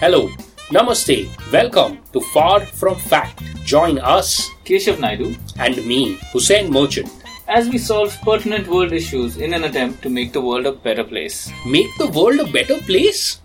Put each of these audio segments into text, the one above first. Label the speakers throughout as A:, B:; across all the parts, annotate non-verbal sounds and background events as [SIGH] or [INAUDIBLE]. A: Hello, Namaste, welcome to Far From Fact. Join us
B: Keshav Naidu,
A: and me, Hussein Merchant.
B: as we solve pertinent world issues in an attempt to make the world a better place.
A: Make the world a better place?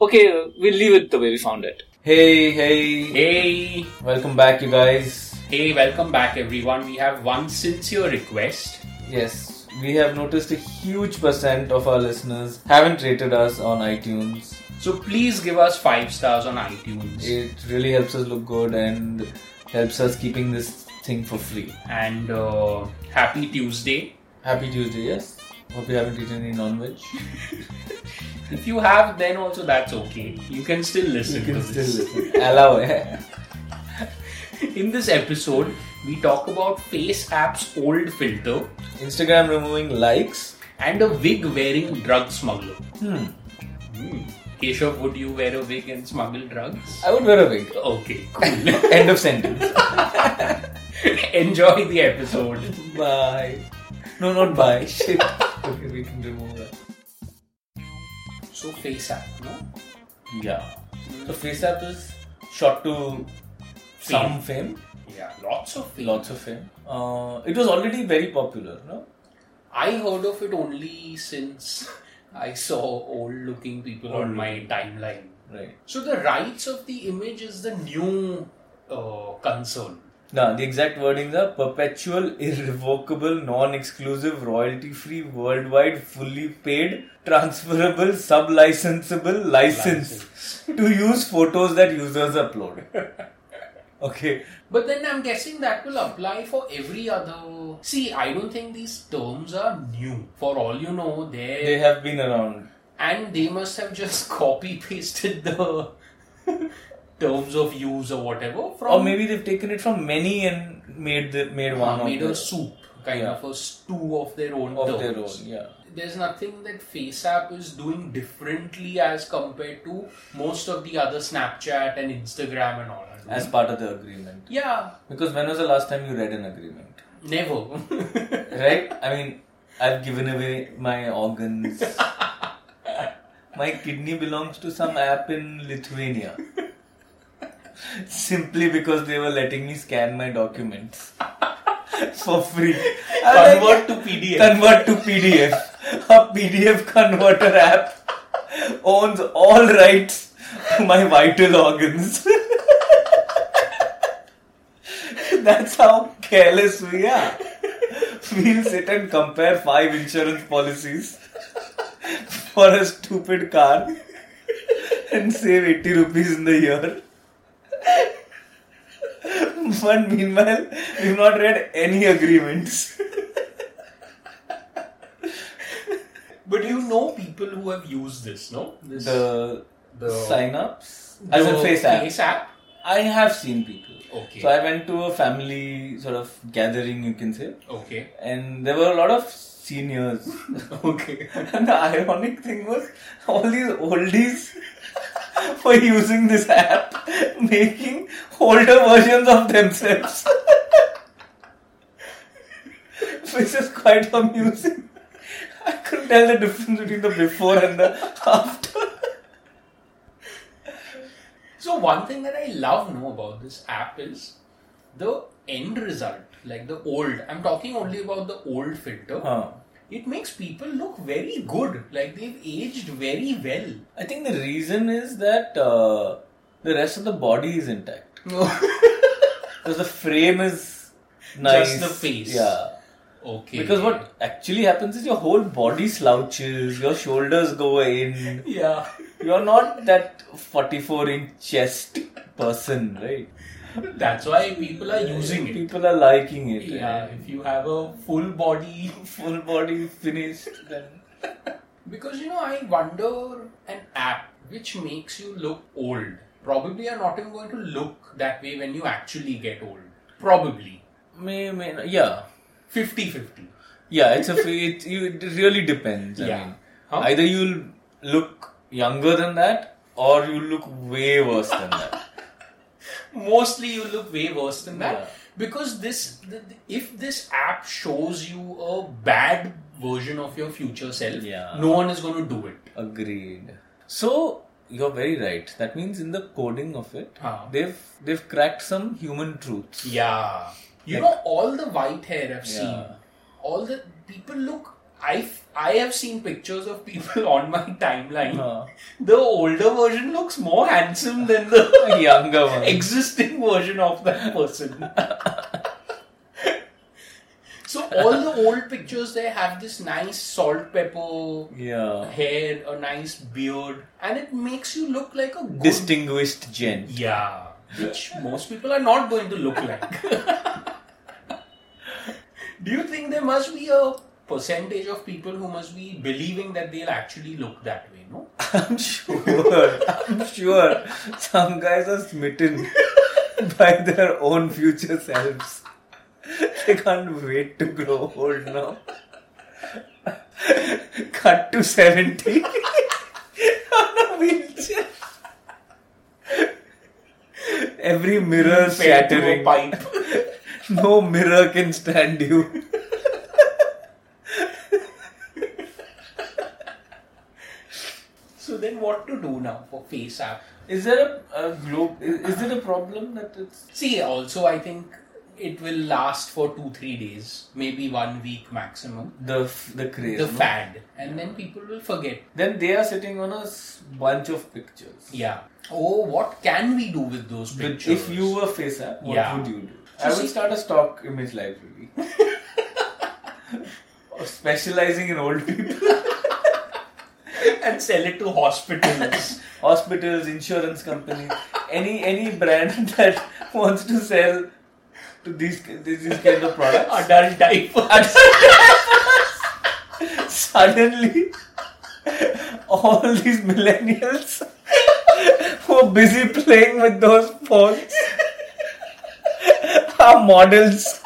B: Okay, uh, we'll leave it the way we found it. Hey, hey,
A: Hey,
B: Welcome back, you guys.
A: hey, welcome back everyone. We have one sincere request.
B: Yes, we have noticed a huge percent of our listeners haven't rated us on iTunes.
A: So please give us 5 stars on iTunes.
B: It really helps us look good and helps us keeping this thing for free.
A: And uh, happy Tuesday.
B: Happy Tuesday, yes? Hope you haven't eaten any non-veg.
A: If you have, then also that's okay. You can still listen
B: You can
A: to
B: still
A: this.
B: listen. Allow eh?
A: [LAUGHS]
B: it.
A: In this episode, we talk about Face App's old filter
B: Instagram removing likes.
A: and a wig wearing drug smuggler. Hmm. Keshav, would you wear a wig and smuggle drugs?
B: I would wear a wig.
A: Uh, Okay, cool.
B: End of sentence.
A: [LAUGHS] Enjoy the episode.
B: Bye. No, not bye. [LAUGHS] Shit. okay, we can remove that.
A: So, Face App, no?
B: Yeah. So FaceApp is shot to some fame,
A: Yeah, lots of people.
B: lots of fame. Uh, it was already very popular, no?
A: I heard of it only since I saw old looking people on my timeline.
B: Right.
A: So, the rights of the image is the new uh, concern.
B: Now the exact wordings are perpetual, irrevocable, non-exclusive, royalty-free, worldwide, fully paid, transferable, sub-licensable license to use photos that users upload. [LAUGHS] okay.
A: But then I'm guessing that will apply for every other. See, I don't think these terms are new. For all you know, they
B: They have been around.
A: and they must have just [LAUGHS] copy pasted the [LAUGHS] terms of use or whatever from
B: Or maybe they've taken it from many and made the made one
A: made a
B: of, the-
A: soup kind
B: Yeah.
A: of a stew of their own
B: of
A: terms.
B: their own. Yeah.
A: There's nothing that FaceApp is doing differently as compared to most of the other Snapchat and Instagram and all. that.
B: As part of the agreement.
A: yeah,
B: Because when was the last time you read an agreement? [LAUGHS]
A: never. [LAUGHS]
B: Right? I mean, I've given away my organs. my kidney belongs to some app in Lithuania. Simply because they were letting me scan my documents for free. I'm
A: [LAUGHS]
B: like,
A: Convert to PDF.
B: convert to PDF. A PDF converter app owns all rights to my vital organs. [LAUGHS] That's how careless we are. We'll sit and compare five insurance policies for a stupid car and save 80 rupees in the year. But meanwhile, we've not read any agreements.
A: But you know people who have used this, no? This
B: the,
A: The-
B: sign-ups as in
A: the
B: face app.
A: FaceApp.
B: I have seen people.
A: Okay.
B: So I went to a family sort of gathering, you can say,
A: Okay.
B: and there were a lot of seniors.
A: [LAUGHS] Okay.
B: and the ironic thing was, all these oldies [LAUGHS] were using this app, [LAUGHS] making older versions of themselves, [LAUGHS] which is quite amusing. I couldn't tell the difference between the before and the after. [LAUGHS]
A: So one thing that I love know about this app is the end result, like the old. I'm talking only about the old filter.
B: Huh.
A: It makes people look very good, like they've aged very well.
B: I think the reason is that uh, the rest of the body is intact. [LAUGHS] Because the frame is nice.
A: the face.
B: Yeah.
A: okay.
B: Because what actually happens is your whole body slouches, your shoulders go in.
A: Yeah.
B: You're not that 44 inch chest person, right?
A: That's why people are using it.
B: People are liking it.
A: Yeah. If you have a full body
B: Full body finished. Then.
A: Because you know, I wonder an app. which makes you look old. Probably are not even going to look that way when you actually get old. Probably.
B: May, may, not- yeah.
A: 50 50.
B: Yeah, it's a f- it, you, it really depends. I
A: Yeah.
B: mean,
A: Huh?
B: either you'll look younger than that, or you look way worse than that.
A: Mostly you look way worse than that.
B: Yeah.
A: Because this, th- th- if this app shows you a bad version of your future self,
B: Yeah.
A: no one is going to do it.
B: Agreed. So you're very right. That means in the coding of it,
A: Huh.
B: they've they've cracked some human truths.
A: Yeah. You
B: Like-
A: know, all the white hair I've seen,
B: Yeah.
A: all the people look. I I have seen pictures of people [LAUGHS] on my timeline.
B: Huh.
A: The older version looks more handsome than the
B: [LAUGHS] A younger one.
A: existing version of that person. so all the old pictures they have this nice salt pepper
B: yeah.
A: hair, a nice beard, and it makes you look like a good
B: Distinguished gent.
A: yeah, which most people are not going to look [LAUGHS] like. Do you think there must be a percentage of people who must be believing that they'll actually look that way? No,
B: I'm sure. I'm sure. Some guys are smitten by their own future selves. They can't wait to grow old now. Cut to 70 on a wheelchair. Every mirror
A: Fed through a
B: shattering.
A: pipe.
B: No mirror can stand you.
A: So then, what to do now for face app?
B: Is there a, a globe? Is, is it a problem that it's.
A: See, also I think it will last for two, three days, maybe one week maximum.
B: The, f- the craze.
A: The
B: no?
A: fad, and then people will forget.
B: Then they are sitting on a s- bunch of pictures.
A: Yeah. Oh, what can we do with those
B: But
A: pictures?
B: If you were face app, what
A: Yeah.
B: would you do?
A: So
B: I would
A: see-
B: start a stock image library. Or Specializing in old people,
A: [LAUGHS] and sell it to
B: [LAUGHS]
A: hospitals.
B: hospitals, insurance companies, any any brand [LAUGHS] that wants to sell to these these kind of products.
A: adult diapers.
B: Suddenly, all these millennials who are busy playing with those phones are models.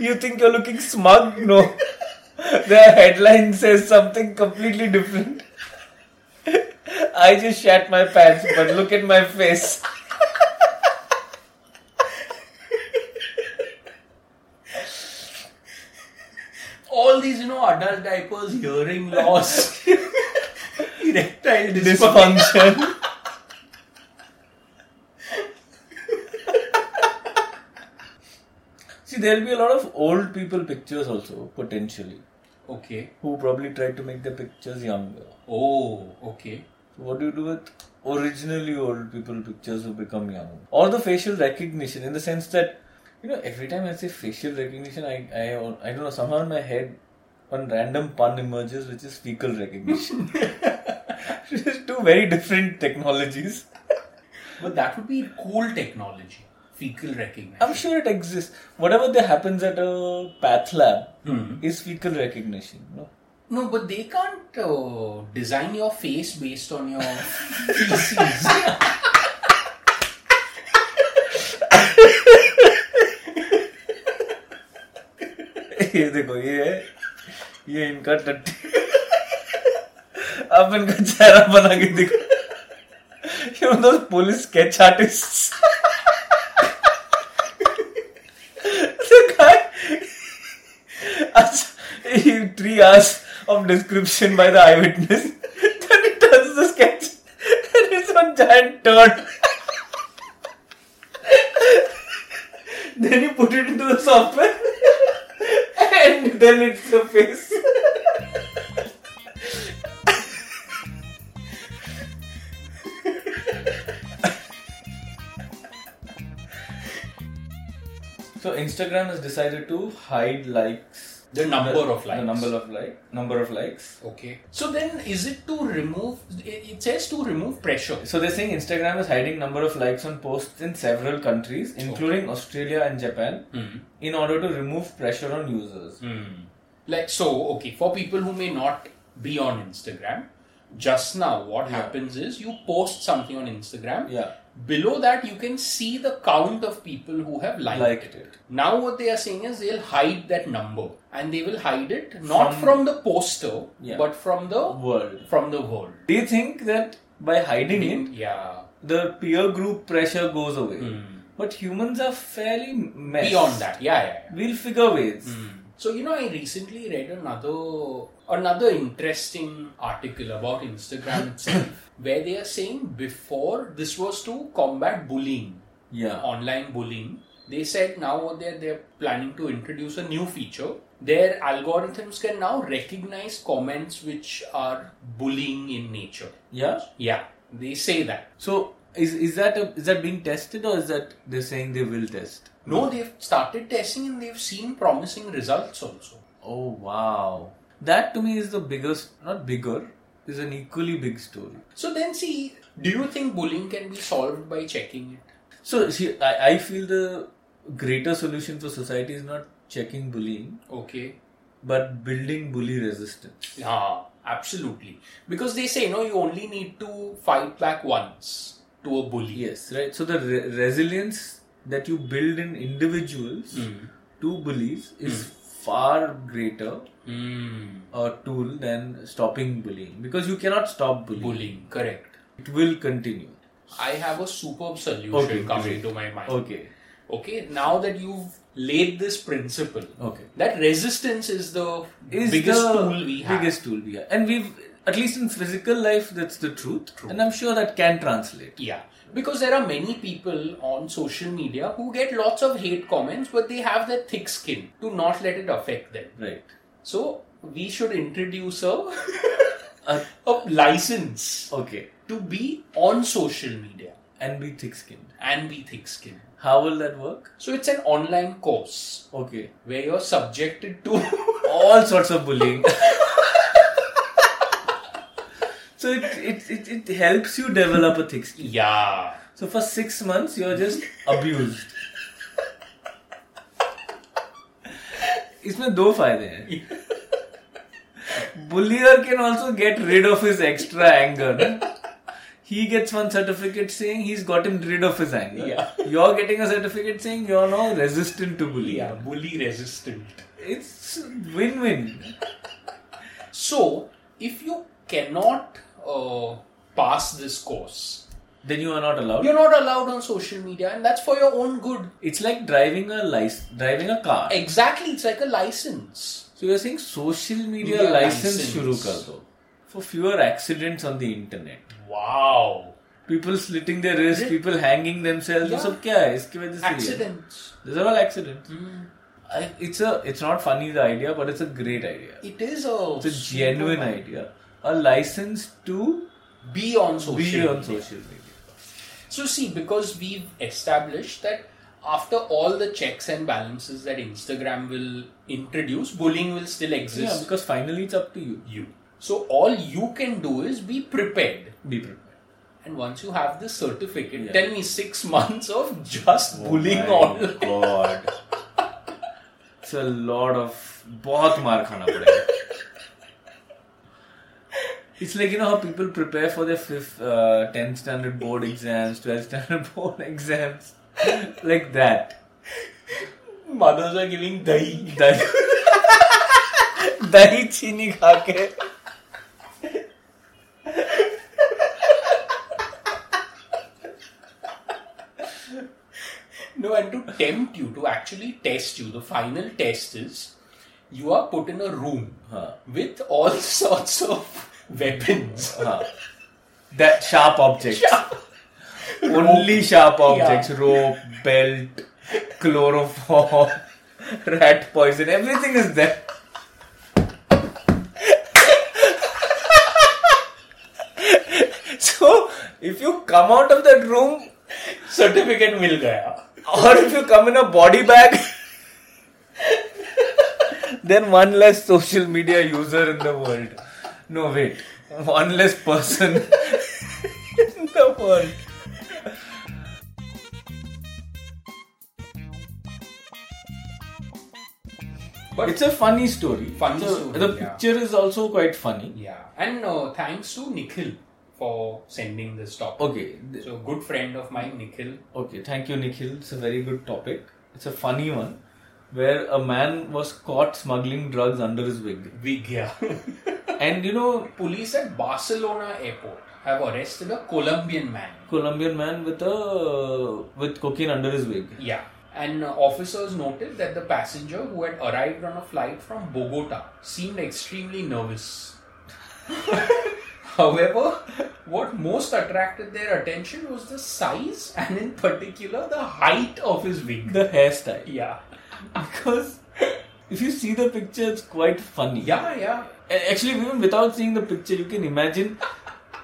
B: You think you're looking smug? No. Their headline says something completely different. I just shat my pants, but look at my face.
A: All these, you know, adult diapers, hearing loss, [LAUGHS] erectile dysfunction.
B: Dysfunction. [LAUGHS] See, there'll be a lot of old people pictures also, potentially,
A: Okay.
B: who probably tried to make their pictures younger.
A: Oh, okay.
B: So what do you do with originally old people pictures who become young? Or the facial recognition, in the sense that, you know, every time I say facial recognition, I, I, I don't know, somehow in my head, one random pun emerges, which is fecal recognition. [LAUGHS] Just two very different technologies.
A: But that would be cool technology. Fecal recognition.
B: I'm sure it exists. Whatever that happens at a path lab is fecal recognition. No?
A: No, but they can't uh, design your face based on your feces.
B: [LAUGHS] ये देखो ये है ये इनका टट्टी आप इनका चेहरा बना के देखो you know those police sketch artists the guy अच्छा he three hours of description by the eyewitness then he turns the sketch and it's one giant turd then you put it into the software and then it's the face. so Instagram has decided to hide likes.
A: The number of likes.
B: The number of like number of likes.
A: okay. So then, is it to remove? It it says to remove pressure.
B: So they're saying Instagram is hiding number of likes on posts in several countries, including Australia and Japan,
A: Hmm.
B: in order to remove pressure on users.
A: Like so, okay, for people who may not be on Instagram, just now, what
B: Yeah.
A: happens is you post something on Instagram.
B: Yeah.
A: Below that, you can see the count of people who have liked,
B: Liked
A: it.
B: it.
A: Now, what they are saying is they'll hide that number and they will hide it not from, the poster,
B: Yeah.
A: but from the
B: World.
A: from the world.
B: They think that by hiding it,
A: Yeah,
B: the peer group pressure goes away. But humans are fairly messed.
A: Hmm. beyond that, Hmm. yeah, yeah. yeah.
B: We'll figure ways.
A: So you know, I recently read another another interesting article about [COUGHS] Instagram itself, where they are saying before this was to combat bullying,
B: Yeah.
A: online bullying. They said now what they're they're planning to introduce a new feature. Their algorithms can now recognize comments which are bullying in nature.
B: Yeah.
A: Yeah, they say that.
B: So is is that a, is that being tested or is that they're saying they will test?
A: No, they've started testing and they've seen promising results also.
B: Oh wow. That to me is the biggest not bigger, is an equally big story.
A: So then see, do you think bullying can be solved by checking it?
B: So see I, I feel the greater solution for society is not checking bullying,
A: Okay.
B: but building bully resistance.
A: Yeah, absolutely. Because they say, no, you only need to fight back once to a bully.
B: Yes, right. So the re- resilience that you build in individuals
A: Hmm.
B: to bullies is far greater
A: Mm,
B: a tool than stopping bullying because you cannot stop bullying.
A: bullying, correct.
B: It will continue.
A: I have a superb solution
B: Okay,
A: coming
B: great.
A: to my mind.
B: Okay.
A: Okay, now that you've laid this principle,
B: Okay.
A: that resistance is the
B: Is
A: biggest
B: the
A: tool we have.
B: Biggest tool we have, and we've at least in physical life that's the truth, and I'm sure that can translate.
A: Yeah, because there are many people on social media who get lots of hate comments, but they have that thick skin to not let it affect them.
B: Right.
A: So we should introduce a
B: Uh,
A: [LAUGHS] a license
B: okay.
A: to be on social media
B: And be thick-skinned.
A: and be thick-skinned.
B: How will that work?
A: So it's an online course
B: Okay.
A: where you're subjected to [LAUGHS]
B: all sorts of bullying. [LAUGHS] so it, it, it, it helps you develop a thick skin.
A: yeah.
B: So for six months, you're just abused. इसमें दो फायदे हैं bullier can also get rid of his extra anger he gets one certificate saying he is got in rid of his anger
A: Yeah.
B: You are getting a certificate saying you are no resistant to
A: Yeah,
B: bullier
A: bully resistant.
B: It's win win
A: So if you cannot uh, pass this course,
B: then you are not allowed.
A: you're not allowed on social media, and that's for your own good.
B: It's like driving a lic- driving a car.
A: Exactly, it's like a license.
B: So you're saying social media
A: Media
B: license
A: license.
B: shuru kar do for fewer accidents on the internet.
A: Wow.
B: People slitting their wrists,
A: Yeah.
B: people hanging themselves. ये
A: Yeah.
B: सब क्या है? इसकी वजह से ये है।
A: Accidents.
B: These are all accidents. I, it's a it's not funny the idea, but it's a great idea.
A: It is a
B: It's a genuine idea. A license to
A: Be on social.
B: be
A: media.
B: on social media.
A: So see, because we've established that after all the checks and balances that Instagram will introduce, bullying will still
B: Yeah,
A: exist.
B: because finally it's up to you.
A: You. So all you can do is be prepared.
B: Be prepared.
A: And once you have this certificate,
B: Yeah. Oh
A: tell me six [LAUGHS] months of just bullying
B: My
A: online.
B: God. It's a lot of बहुत मार खाना पड़ेगा. It's like you know how people prepare for their fifth, uh, 10th standard board exams, 12th standard [LAUGHS] board exams, like that.
A: Mothers are giving dahi.
B: [LAUGHS] दही दही चीनी खा के
A: No, and to tempt you, to actually test you, the final test is you are put in a room
B: हाँ
A: with all [LAUGHS] sorts of weapons.
B: हाँ
A: [LAUGHS]
B: that sharp objects only sharp objects rope belt chloroform [LAUGHS] rat poison everything is there [LAUGHS] so if you come out of that room
A: certificate मिल गया
B: or if you come in a body bag then one less social media user in the world no wait one less person [LAUGHS] in the world
A: But
B: it's a funny story.
A: Funny
B: It's a-
A: story,
B: The
A: yeah.
B: picture is also quite funny.
A: yeah, and uh, thanks to Nikhil for sending this topic.
B: Okay, th-
A: So good friend of mine, Nikhil.
B: okay. Thank you, Nikhil. It's a very good topic. It's a funny one, where a man was caught smuggling drugs under his wig,
A: Vigya.
B: and you know,
A: [LAUGHS] Police at Barcelona airport have arrested a Colombian man.
B: Colombian man with a with cocaine under his wig.
A: Yeah. And uh, officers noted that the passenger who had arrived on a flight from Bogota seemed extremely
B: [LAUGHS]
A: nervous. However, what most attracted their attention was the size and, in particular, the height of his wig.
B: The hairstyle.
A: Yeah.
B: Because if you see the picture, it's quite funny.
A: Yeah, yeah.
B: A- Actually, even without seeing the picture, you can imagine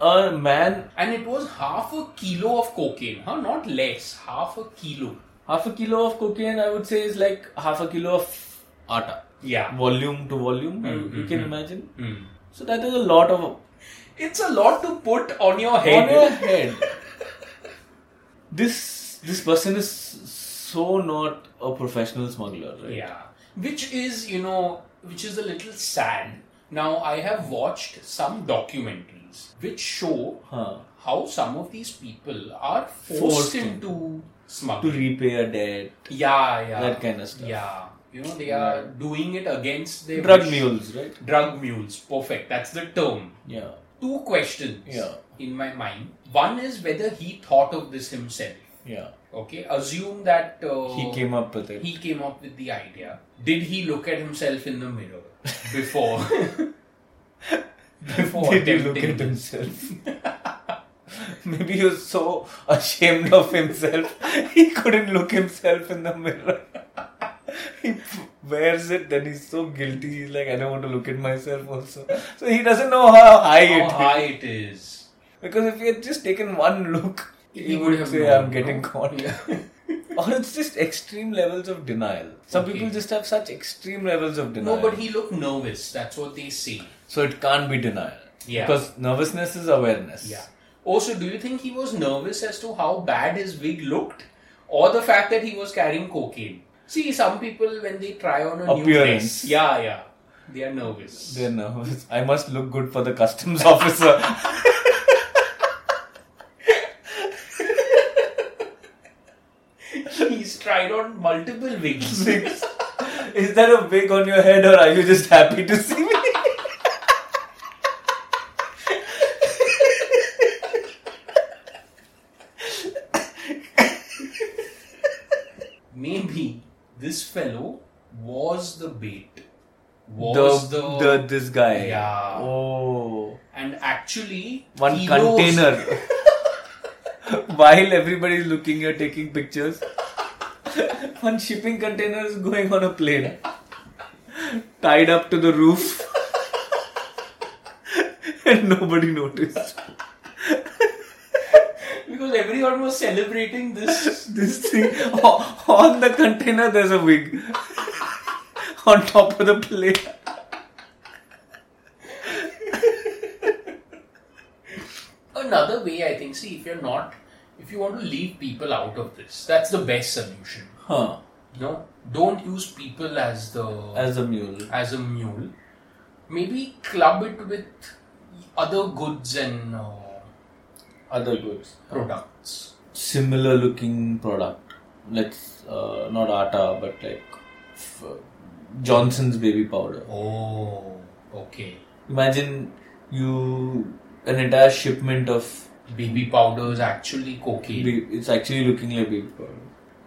B: a man
A: And it was half a kilo of cocaine, huh? Not less, half a kilo.
B: half a kilo of cocaine. I would say is like half a kilo of atta.
A: Yeah.
B: Volume to volume, you- you can imagine.
A: Hmm.
B: So that is a lot of
A: It's a lot to put on your head.
B: on your head. this this person is so not a professional smuggler, right?
A: Yeah. Which is, you know, which is a little sad. Now, I have watched some documentaries which show
B: Huh.
A: how some of these people are forced,
B: Forced to.
A: into
B: To
A: smuggling.
B: repay a debt,
A: yeah, yeah.
B: that kind of stuff.
A: Yeah. You know, they are doing it against their
B: Drug
A: wish.
B: mules, right?
A: Drug mules. Perfect. That's the term.
B: Yeah.
A: Two questions
B: Yeah.
A: in my mind. One is whether he thought of this himself.
B: Yeah.
A: Okay. Assume that uh,
B: He came up with [LAUGHS] it.
A: he came up with the idea. Did he look at himself in the [LAUGHS] mirror before? before
B: Did he look
A: attempting
B: at
A: this?
B: himself? [LAUGHS] Maybe he was so ashamed of himself, he couldn't look himself in the mirror. [LAUGHS] he p- wears it, then he's so guilty. He's like, I don't want to look at myself also. So he doesn't know how high it
A: How
B: is.
A: high it is?
B: Because if he had just taken one look, he,
A: He would
B: would
A: have
B: say,
A: known,
B: I'm
A: no?
B: getting caught. [LAUGHS] or it's just extreme levels of denial. Some
A: Okay.
B: people just have such extreme levels of denial.
A: No, but he looked nervous. That's what they say.
B: So it can't be denial.
A: Yeah.
B: Because nervousness is awareness.
A: Yeah. Also, do you think he was nervous as to how bad his wig looked, or the fact that he was carrying cocaine? See, some people when they try on a new
B: Appearance.
A: dress, yeah, yeah, they are [LAUGHS] nervous.
B: They're nervous. I must look good for the customs [LAUGHS] officer.
A: He's tried on multiple [LAUGHS] wigs.
B: is that a wig on your head or are you just happy to see me?
A: maybe this fellow was the bait was the,
B: the this guy.
A: Yeah.
B: Oh.
A: and actually
B: One
A: kilos-
B: container. [LAUGHS] While everybody's looking at taking pictures, one shipping container is going on a plane, tied up to the roof, [LAUGHS] and nobody noticed.
A: because everyone was celebrating this
B: This thing o- on the container, there's a wig [LAUGHS] on top of the plane.
A: [LAUGHS] another way i think see if you're not if you want to leave people out of this that's the best solution
B: Huh?
A: you know don't use people as the as,
B: As a mule.
A: a mule maybe club it with other goods and uh,
B: Other goods.
A: products
B: similar looking product. Let's uh, not Atta, but like f- Johnson's baby powder.
A: oh okay
B: Imagine you an entire shipment of
A: baby powder is actually cocaine
B: baby, it's actually looking like baby powder.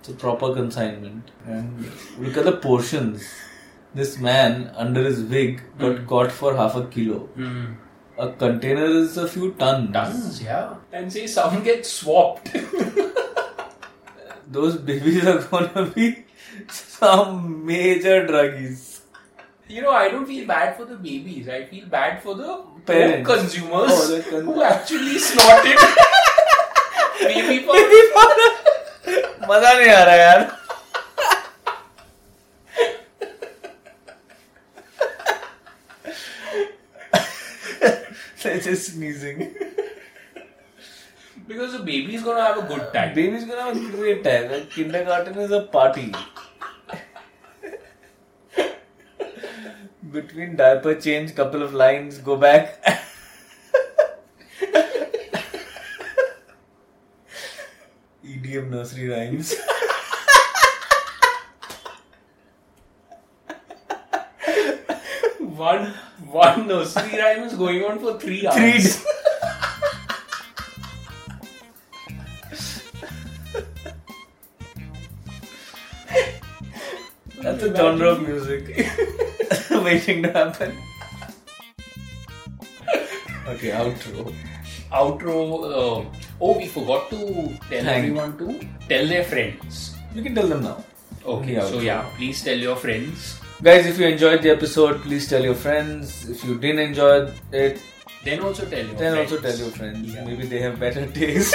B: It's a proper consignment, and look at the portions. This man under his wig got caught for half a kilo.
A: Hmm.
B: A container is a few tons.
A: Tons, yeah. And say some get swapped. [LAUGHS]
B: Those babies are gonna be [LAUGHS] some major druggies.
A: you know, I don't feel bad for the babies. I feel bad for the
B: Parents.
A: poor consumers
B: Oh, the con-
A: who actually snorted
B: [LAUGHS]
A: baby powder.
B: मजा नहीं आ रहा यार They're just sneezing.
A: Because the baby is gonna have a good time.
B: Baby's gonna have a तो great time. Like, kindergarten is a party. between diaper change, couple of lines, go back. EDM E nursery rhymes.
A: One one nursery rhyme is going on for three hours.
B: Three. d- That's a genre of music [LAUGHS] waiting to happen. Okay, outro.
A: Outro. Uh, oh, we forgot to tell
B: Thank-
A: everyone to tell their friends.
B: You can tell them now.
A: Okay,
B: Yeah,
A: so
B: outro.
A: yeah, please tell your friends.
B: Guys, if you enjoyed the episode, please tell your friends. If you didn't enjoy it,
A: Then also tell your
B: then
A: friends.
B: also tell your friends.
A: Yeah.
B: Maybe they have better [LAUGHS]
A: [LAUGHS]
B: taste.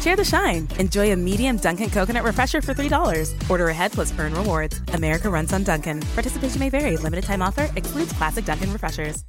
C: Share the shine. Enjoy a medium Dunkin' coconut refresher for $3. Order ahead plus earn rewards. America runs on Dunkin'. Participation may vary. Limited time offer excludes classic Dunkin' refreshers.